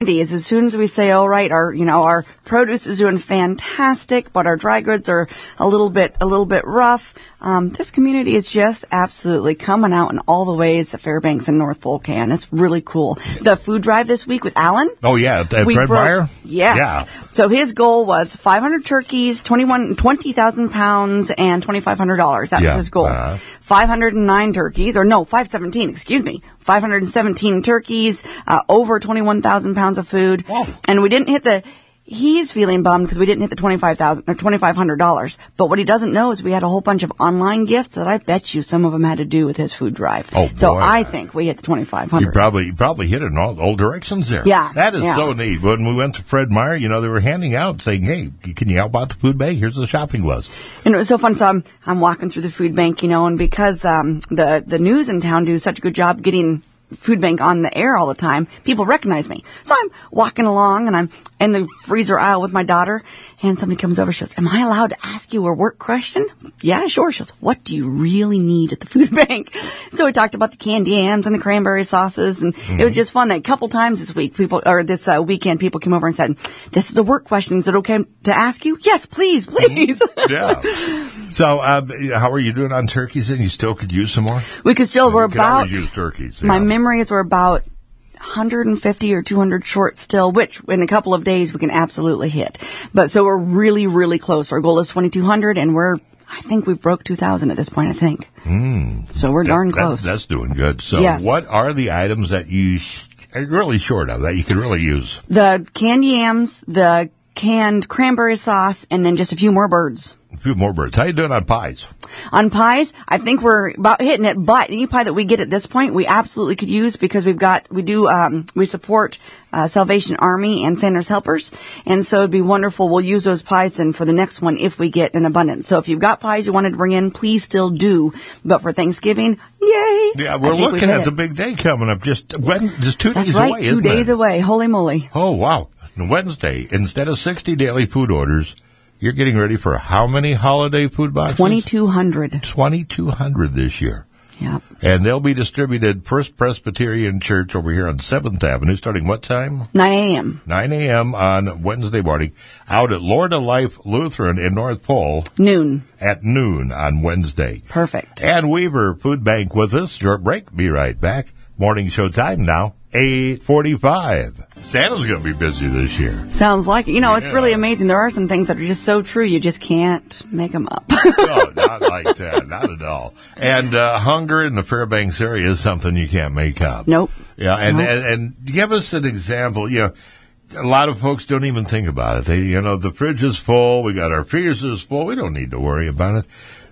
is as soon as we say, all right, our, you know, our produce is doing fantastic, but our dry goods are a little bit, a little bit rough. Um, this community is just absolutely coming out in all the ways that Fairbanks and North Pole can. It's really cool. The food drive this week with Alan. Oh yeah, at we Fred broke- Meyer. Yes. Yeah. So his goal was 500 turkeys, 21, 20,000 pounds, and $2,500. That was Yeah. his goal. Uh-huh. 509 turkeys, or no, 517, excuse me. 517 turkeys, uh, over 21,000 pounds of food. Whoa. And we didn't hit the, he's feeling bummed because we didn't hit the 25,000 or $2,500. But what he doesn't know is we had a whole bunch of online gifts that I bet you some of them had to do with his food drive. Oh, So boy. I think we hit the 2,500. You probably you probably hit it in all, all directions there. Yeah, that is yeah. so neat. When we went to Fred Meyer, you know, they were handing out saying, "Hey, can you help out the food bank? Here's the shopping list." And it was so fun. So I'm, I'm walking through the food bank, you know, and because, um, the, the news in town do such a good job getting food bank on the air all the time, people recognize me. So I'm walking along and I'm in the freezer aisle with my daughter and somebody comes over. She goes, am I allowed to ask you a work question? Yeah, sure. She goes, what do you really need at the food bank? So we talked about the candy yams and the cranberry sauces and it was just fun. That a couple times this week, people, or this uh, weekend, people came over and said, this is a work question. Is it okay to ask you? Yes, please, please. Yeah. so, um, how are you doing on turkeys? And you still could use some more. We could still, we're you could about, always use turkeys. my yeah. memories were about 150 or 200 short still, which in a couple of days we can absolutely hit. But so we're really, really close. Our goal is 2200 and we're, I think we broke 2000 at this point, I think. Mm. So we're darn Hmm. That- close. that's doing good. So, Yes. what are the items that you sh- are really short of that you could really use? the candy yams, the canned cranberry sauce, and then just a few more birds. A few more birds. How you doing on pies? On pies, I think we're about hitting it, but any pie that we get at this point, we absolutely could use because we've got, we do, um, we support, uh, Salvation Army and Santa's Helpers. And so it'd be wonderful. We'll use those pies then for the next one if we get an abundance. So if you've got pies you wanted to bring in, please still do. But for Thanksgiving, yay! Yeah, I we're think we've looking hit at the it. big day coming up. Just when? Just two That's days right, away. two isn't days it? away. Holy moly. Oh wow! Wednesday, instead of sixty daily food orders, you're getting ready for how many holiday food boxes? 2200. Twenty-two hundred this year, Yep. and they'll be distributed First Presbyterian Church over here on Seventh Avenue, starting what time? 9 a.m. Nine a.m. on Wednesday morning, out at Lord of Life Lutheran in North Pole Noon. at noon on Wednesday. Perfect. And Weaver Food Bank with us. Short break. Be right back. Morning show time now, eight forty-five. Santa's going to be busy this year. Sounds like it. You know, it's Yeah. really amazing. There are some things that are just so true. You just can't make them up. no, not like that. Not at all. And uh, hunger in the Fairbanks area is something you can't make up. Nope. Yeah, and, Nope. and and give us an example. You know, a lot of folks don't even think about it. They, you know, the fridge is full. We got our freezers full. We don't need to worry about it.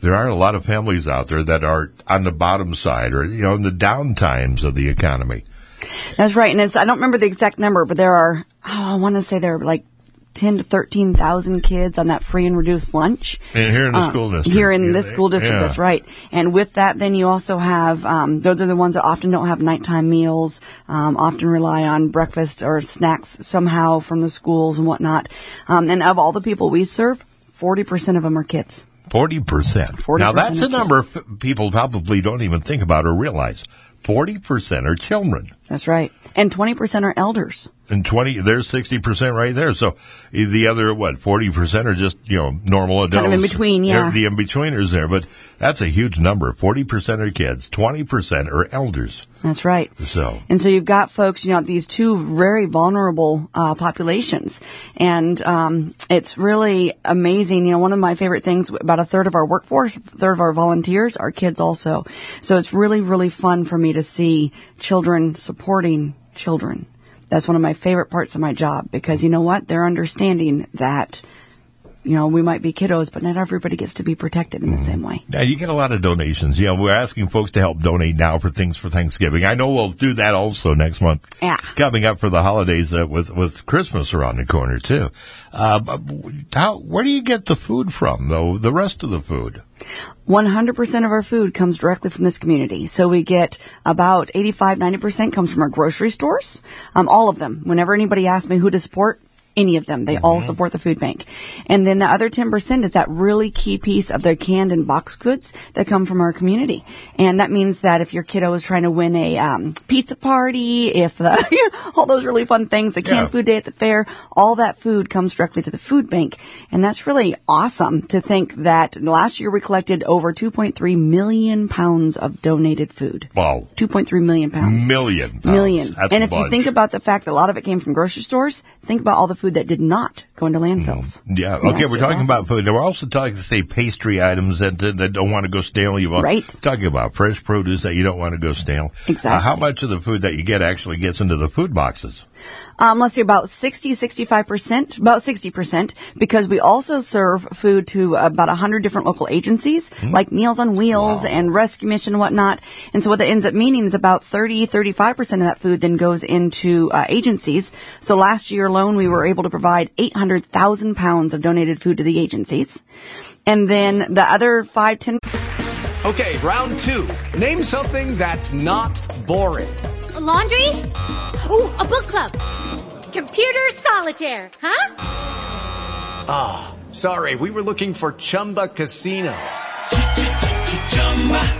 There are a lot of families out there that are on the bottom side, or you know, in the down times of the economy. That's right. And it's, I don't remember the exact number, but there are, oh, I want to say there are like 10 to 13,000 kids on that free and reduced lunch. And here in the Uh, school district, Here in you this know, school district, yeah. that's right. And with that, then you also have, um, those are the ones that often don't have nighttime meals, um, often rely on breakfast or snacks somehow from the schools and whatnot. Um, and of all the people we serve, 40% of them are kids. Forty percent. 40% Now that's a of number f- people probably don't even think about or realize. Forty percent are children. That's right. And 20% are elders. and 20 there's 60% right there so eh, the other what 40% are just you know normal adults Kind of in between, yeah. They're the in-betweeners there but that's a huge number 40% are kids 20% are elders That's right. so And so you've got folks, you know, these two very vulnerable uh, populations, and um, it's really amazing. You know, one of my favorite things about a third of our workforce, a third of our volunteers, are kids also. So it's really, really fun for me to see children supporting children. That's one of my favorite parts of my job because you know what? They're understanding that you know, we might be kiddos, but not everybody gets to be protected in the same way. Yeah, you get a lot of donations. Yeah, we're asking folks to help donate now for things for Thanksgiving. I know we'll do that also next month. Yeah. Coming up for the holidays uh, with with Christmas around the corner too. Uh, but how where do you get the food from though? The rest of the food. 100% of our food comes directly from this community. So we get about 85, 90% comes from our grocery stores. Um, all of them. Whenever anybody asks me who to support, any of them, they all support the food bank. And then the other 10% is that really key piece of their canned and boxed goods that come from our community. And that means that if your kiddo is trying to win a um, pizza party, if the, all those really fun things, the Yeah. canned food day at the fair, all that food comes directly to the food bank. And that's really awesome to think that last year we collected over 2.3 million pounds of donated food. Wow. 2.3 million pounds. Million. pounds. Million. That's and a if you bunch. think about the fact that a lot of it came from grocery stores, think about all the food that did not go into landfills. Mm-hmm. Yeah. And Okay. that's We're just talking awesome. about food. We're also talking to say pastry items that that don't want to go stale. You want Right. talking about fresh produce that you don't want to go stale. Uh, Exactly. how much of the food that you get actually gets into the food boxes? Um, let's see, about 60, 65%, about 60%, because we also serve food to about 100 different local agencies, like Meals on Wheels and Rescue Mission and whatnot. And so what that ends up meaning is about 30, 35% of that food then goes into uh, agencies. So last year alone, we were able to provide 800,000 pounds of donated food to the agencies. And then the other 5, 10 Okay, round two. Name something that's not boring. A laundry? Ooh, a book club. Computer solitaire, huh? Sorry, we were looking for Chumba Casino.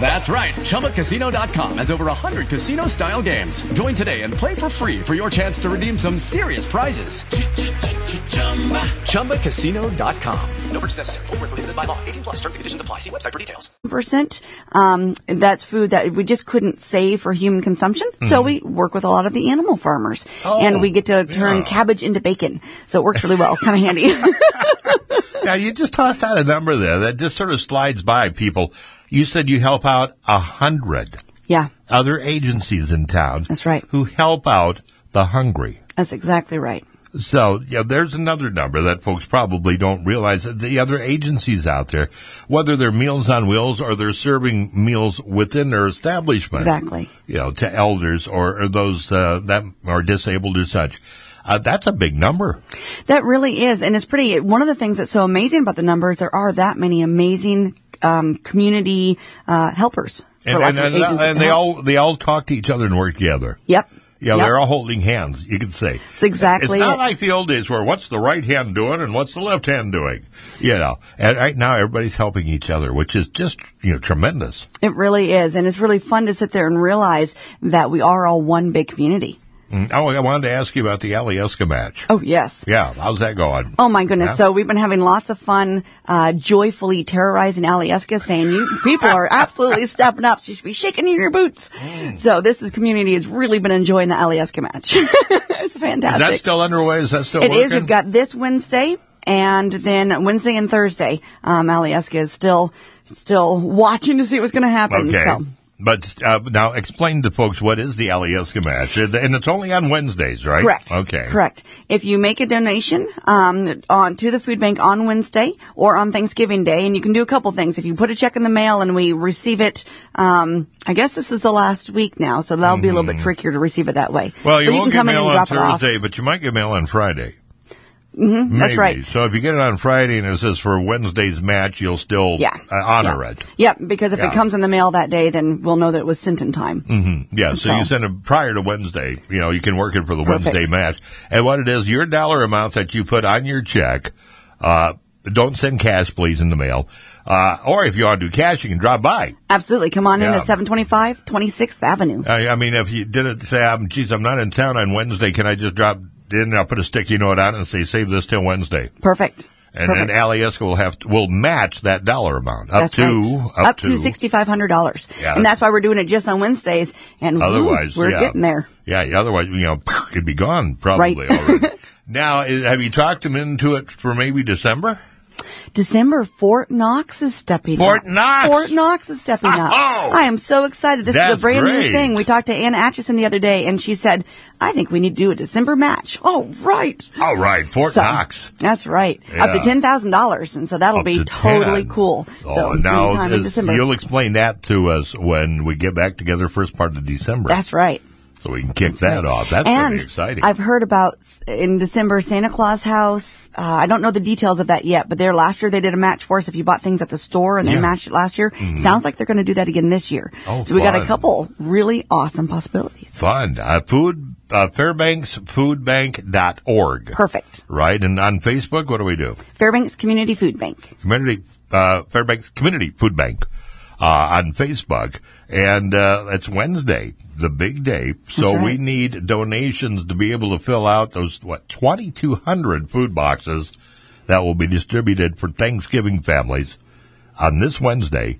That's right. ChumbaCasino.com has over 100 casino style games. Join today and play for free for your chance to redeem some serious prizes. ChumbaCasino.com. No purchase necessary. Void where prohibited by law. 18 plus terms and conditions apply. See website for details. percent. Um, that's food that we just couldn't save for human consumption. So we work with a lot of the animal farmers, and we get to turn Mm-hmm. Oh, yeah. cabbage into bacon. So it works really well, kind of handy. Now you just tossed out a number there that just sort of slides by people. You said you help out a hundred yeah, other agencies in town. That's right. Who help out the hungry. that's exactly right. So yeah, there's another number that folks probably don't realize. The other agencies out there, whether they're Meals on Wheels or they're serving meals within their establishment, Exactly. you know, to elders or, or those uh, that are disabled or such. Uh, that's a big number. That really is. And it's pretty, one of the things that's so amazing about the numbers, there are that many amazing, um, community, uh, helpers. for And, lack and, of and, agency and they help. all they all talk to each other and work together. Yep. Yeah, Yep. they're all holding hands, you could say. It's exactly It's not it. like the old days where what's the right hand doing and what's the left hand doing. You know, and right now everybody's helping each other, which is just, you know, tremendous. It really is. And it's really fun to sit there and realize that we are all one big community. Mm, Oh, I wanted to ask you about the Alieska match. Oh, yes. Yeah, how's that going? Oh my goodness. Yeah. So we've been having lots of fun, uh, joyfully terrorizing Alieska saying you people are absolutely stepping up. You should be shaking in your boots. Mm. So this is community has really been enjoying the Alieska match. it's Is fantastic. that still underway? Is that still It working? is. We've got this Wednesday and then Wednesday and Thursday. Um, Alieska is still, still watching to see what's going to happen. Okay. So. But uh, now explain to folks what is the Alieska match. And and it's only on Wednesdays, right? Correct. Okay. Correct. If you make a donation um, on to the food bank on Wednesday or on Thanksgiving Day, and you can do a couple things. If you put a check in the mail and we receive it, um, I guess this is the last week now, so that'll be a little bit trickier to receive it that way. Mm-hmm. Well, you but you can won't get come in mail and on drop it off. Thursday, but you might get mail on Friday. Mm-hmm, that's right. So if you get it on Friday and it says for Wednesday's match, you'll still Yeah. uh, honor it. Yep, because if Yeah. Mm-hmm. it comes in the mail that day, then we'll know that it was sent in time. Yeah, so, So- you send it prior to Wednesday. You know, you can work it for the Perfect. Wednesday match. And what it is, your dollar amount that you put on your check, uh, don't send cash, please, in the mail. Uh, or if you want to do cash, you can drop by. Absolutely. Come on in Yeah. at 725 26th Avenue. I, I mean, if you did it, say, I'm, geez, I'm not in town on Wednesday, can I just drop in and I'll put a sticky note on it and say, save this till Wednesday? Perfect. And Perfect. then Alieska will have to, will match that dollar amount up That's to right. up, to sixty five hundred dollars, Yeah. and that's why we're doing it just on Wednesdays. And woo, Otherwise, we're yeah. getting there. Yeah, yeah, otherwise, you know, it'd be gone probably Right. already. now, i- have you talked him into it for maybe December? December, Fort Knox is stepping Fort up. Knox! Fort Knox is stepping up. Oh! I am so excited. This is That's a brand great. new thing. We talked to Ann Atchison the other day, and she said, I think we need to do a December match. Oh, right. All right, Fort So, Knox. That's right. Up to Yeah. $10,000, and so that'll Up be to totally 10. cool. Oh, so, now anytime in is- December. you'll explain that to us when we get back together first part of December. That's right. so we can kick that off. That's and going to be exciting. I've heard about s- in December Santa Claus House. Uh, I don't know the details of that yet, but there last year they did a match for us. If you bought things at the store and they Yeah. Mm-hmm. matched it last year, sounds like they're going to do that again this year. Oh, so we got fun. a couple really awesome possibilities. Fun. Uh, food, uh, fairbanksfoodbank.org. Perfect. Right? And on Facebook, what do we do? Fairbanks Community Food Bank. Community, uh, Fairbanks Community Food Bank, uh, on Facebook. And, uh, it's Wednesday, the big day. So That's right. we need donations to be able to fill out those, what, 2,200 food boxes that will be distributed for Thanksgiving families on this Wednesday.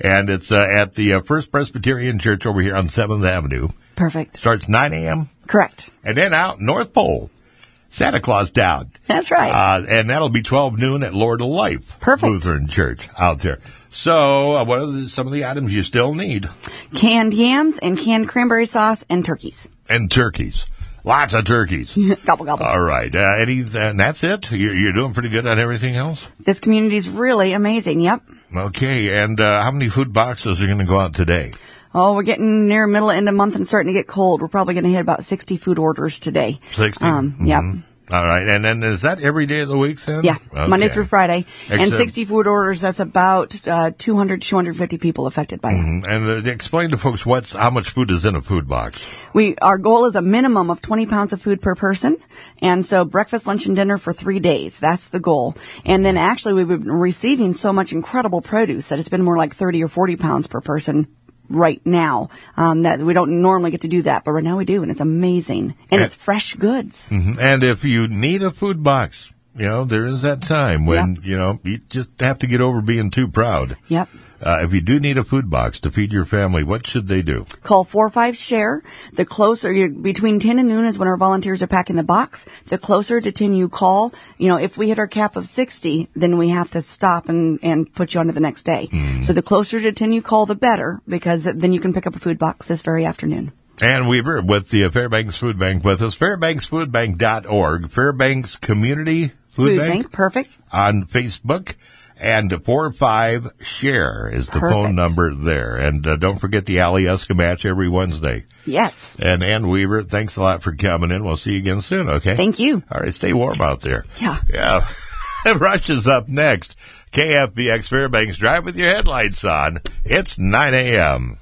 And it's, uh, at the uh, First Presbyterian Church over here on 7th Avenue. Perfect. Starts 9 a.m. Correct. And then out North Pole, Santa Claus Down. That's right. Uh, and that'll be 12 noon at Lord of Life. Perfect. Lutheran Church out there. So, uh, what are the, some of the items you still need? canned yams and canned cranberry sauce and turkeys. And turkeys. Lots of turkeys. gobble gobble. All right. Uh, any, and that's it? You're, you're doing pretty good on everything else? this community is really amazing. Yep. Okay. And uh, how many food boxes are going to go out today? Oh, we're getting near middle end of month and starting to get cold. We're probably going to hit about 60 food orders today. 60? Um, yep. Mhm. All right. And then is that every day of the week then? Yeah, Monday Okay. through Friday. and Except- 60 food orders, that's about uh, 200, 250 people affected by it. And uh, explain to folks what's how much food is in a food box. We, our goal is a minimum of 20 pounds of food per person. And so breakfast, lunch, and dinner for three days. That's the goal. And then actually we've been receiving so much incredible produce that it's been more like 30 or 40 pounds per person right now. Um, that we don't normally get to do that, but right now we do. And it's amazing. And Yeah. it's fresh goods. Mm-hmm. And if you need a food box, you know, there is that time when, you know, you just have to get over being too proud. Yep. Uh, if you do need a food box to feed your family, what should they do? Call 45 share. The closer you between 10 and noon is when our volunteers are packing the box. The closer to 10 you call, you know, if we hit our cap of 60, then we have to stop and, and put you on to the next day. Hmm. So the closer to 10 you call, the better because then you can pick up a food box this very afternoon. Ann Weaver with the uh, Fairbanks Food Bank with us, fairbanksfoodbank.org, Fairbanks Community Food, Bank, perfect. on Facebook. And four five share is the Perfect. phone number there, and uh, don't forget the Alieska match every Wednesday. Yes. And Ann Weaver, thanks a lot for coming in. We'll see you again soon, okay? Thank you. All right, stay warm out there. Yeah. Yeah. Rush is up next. KFBX Fairbanks, drive with your headlights on. It's 9 a.m.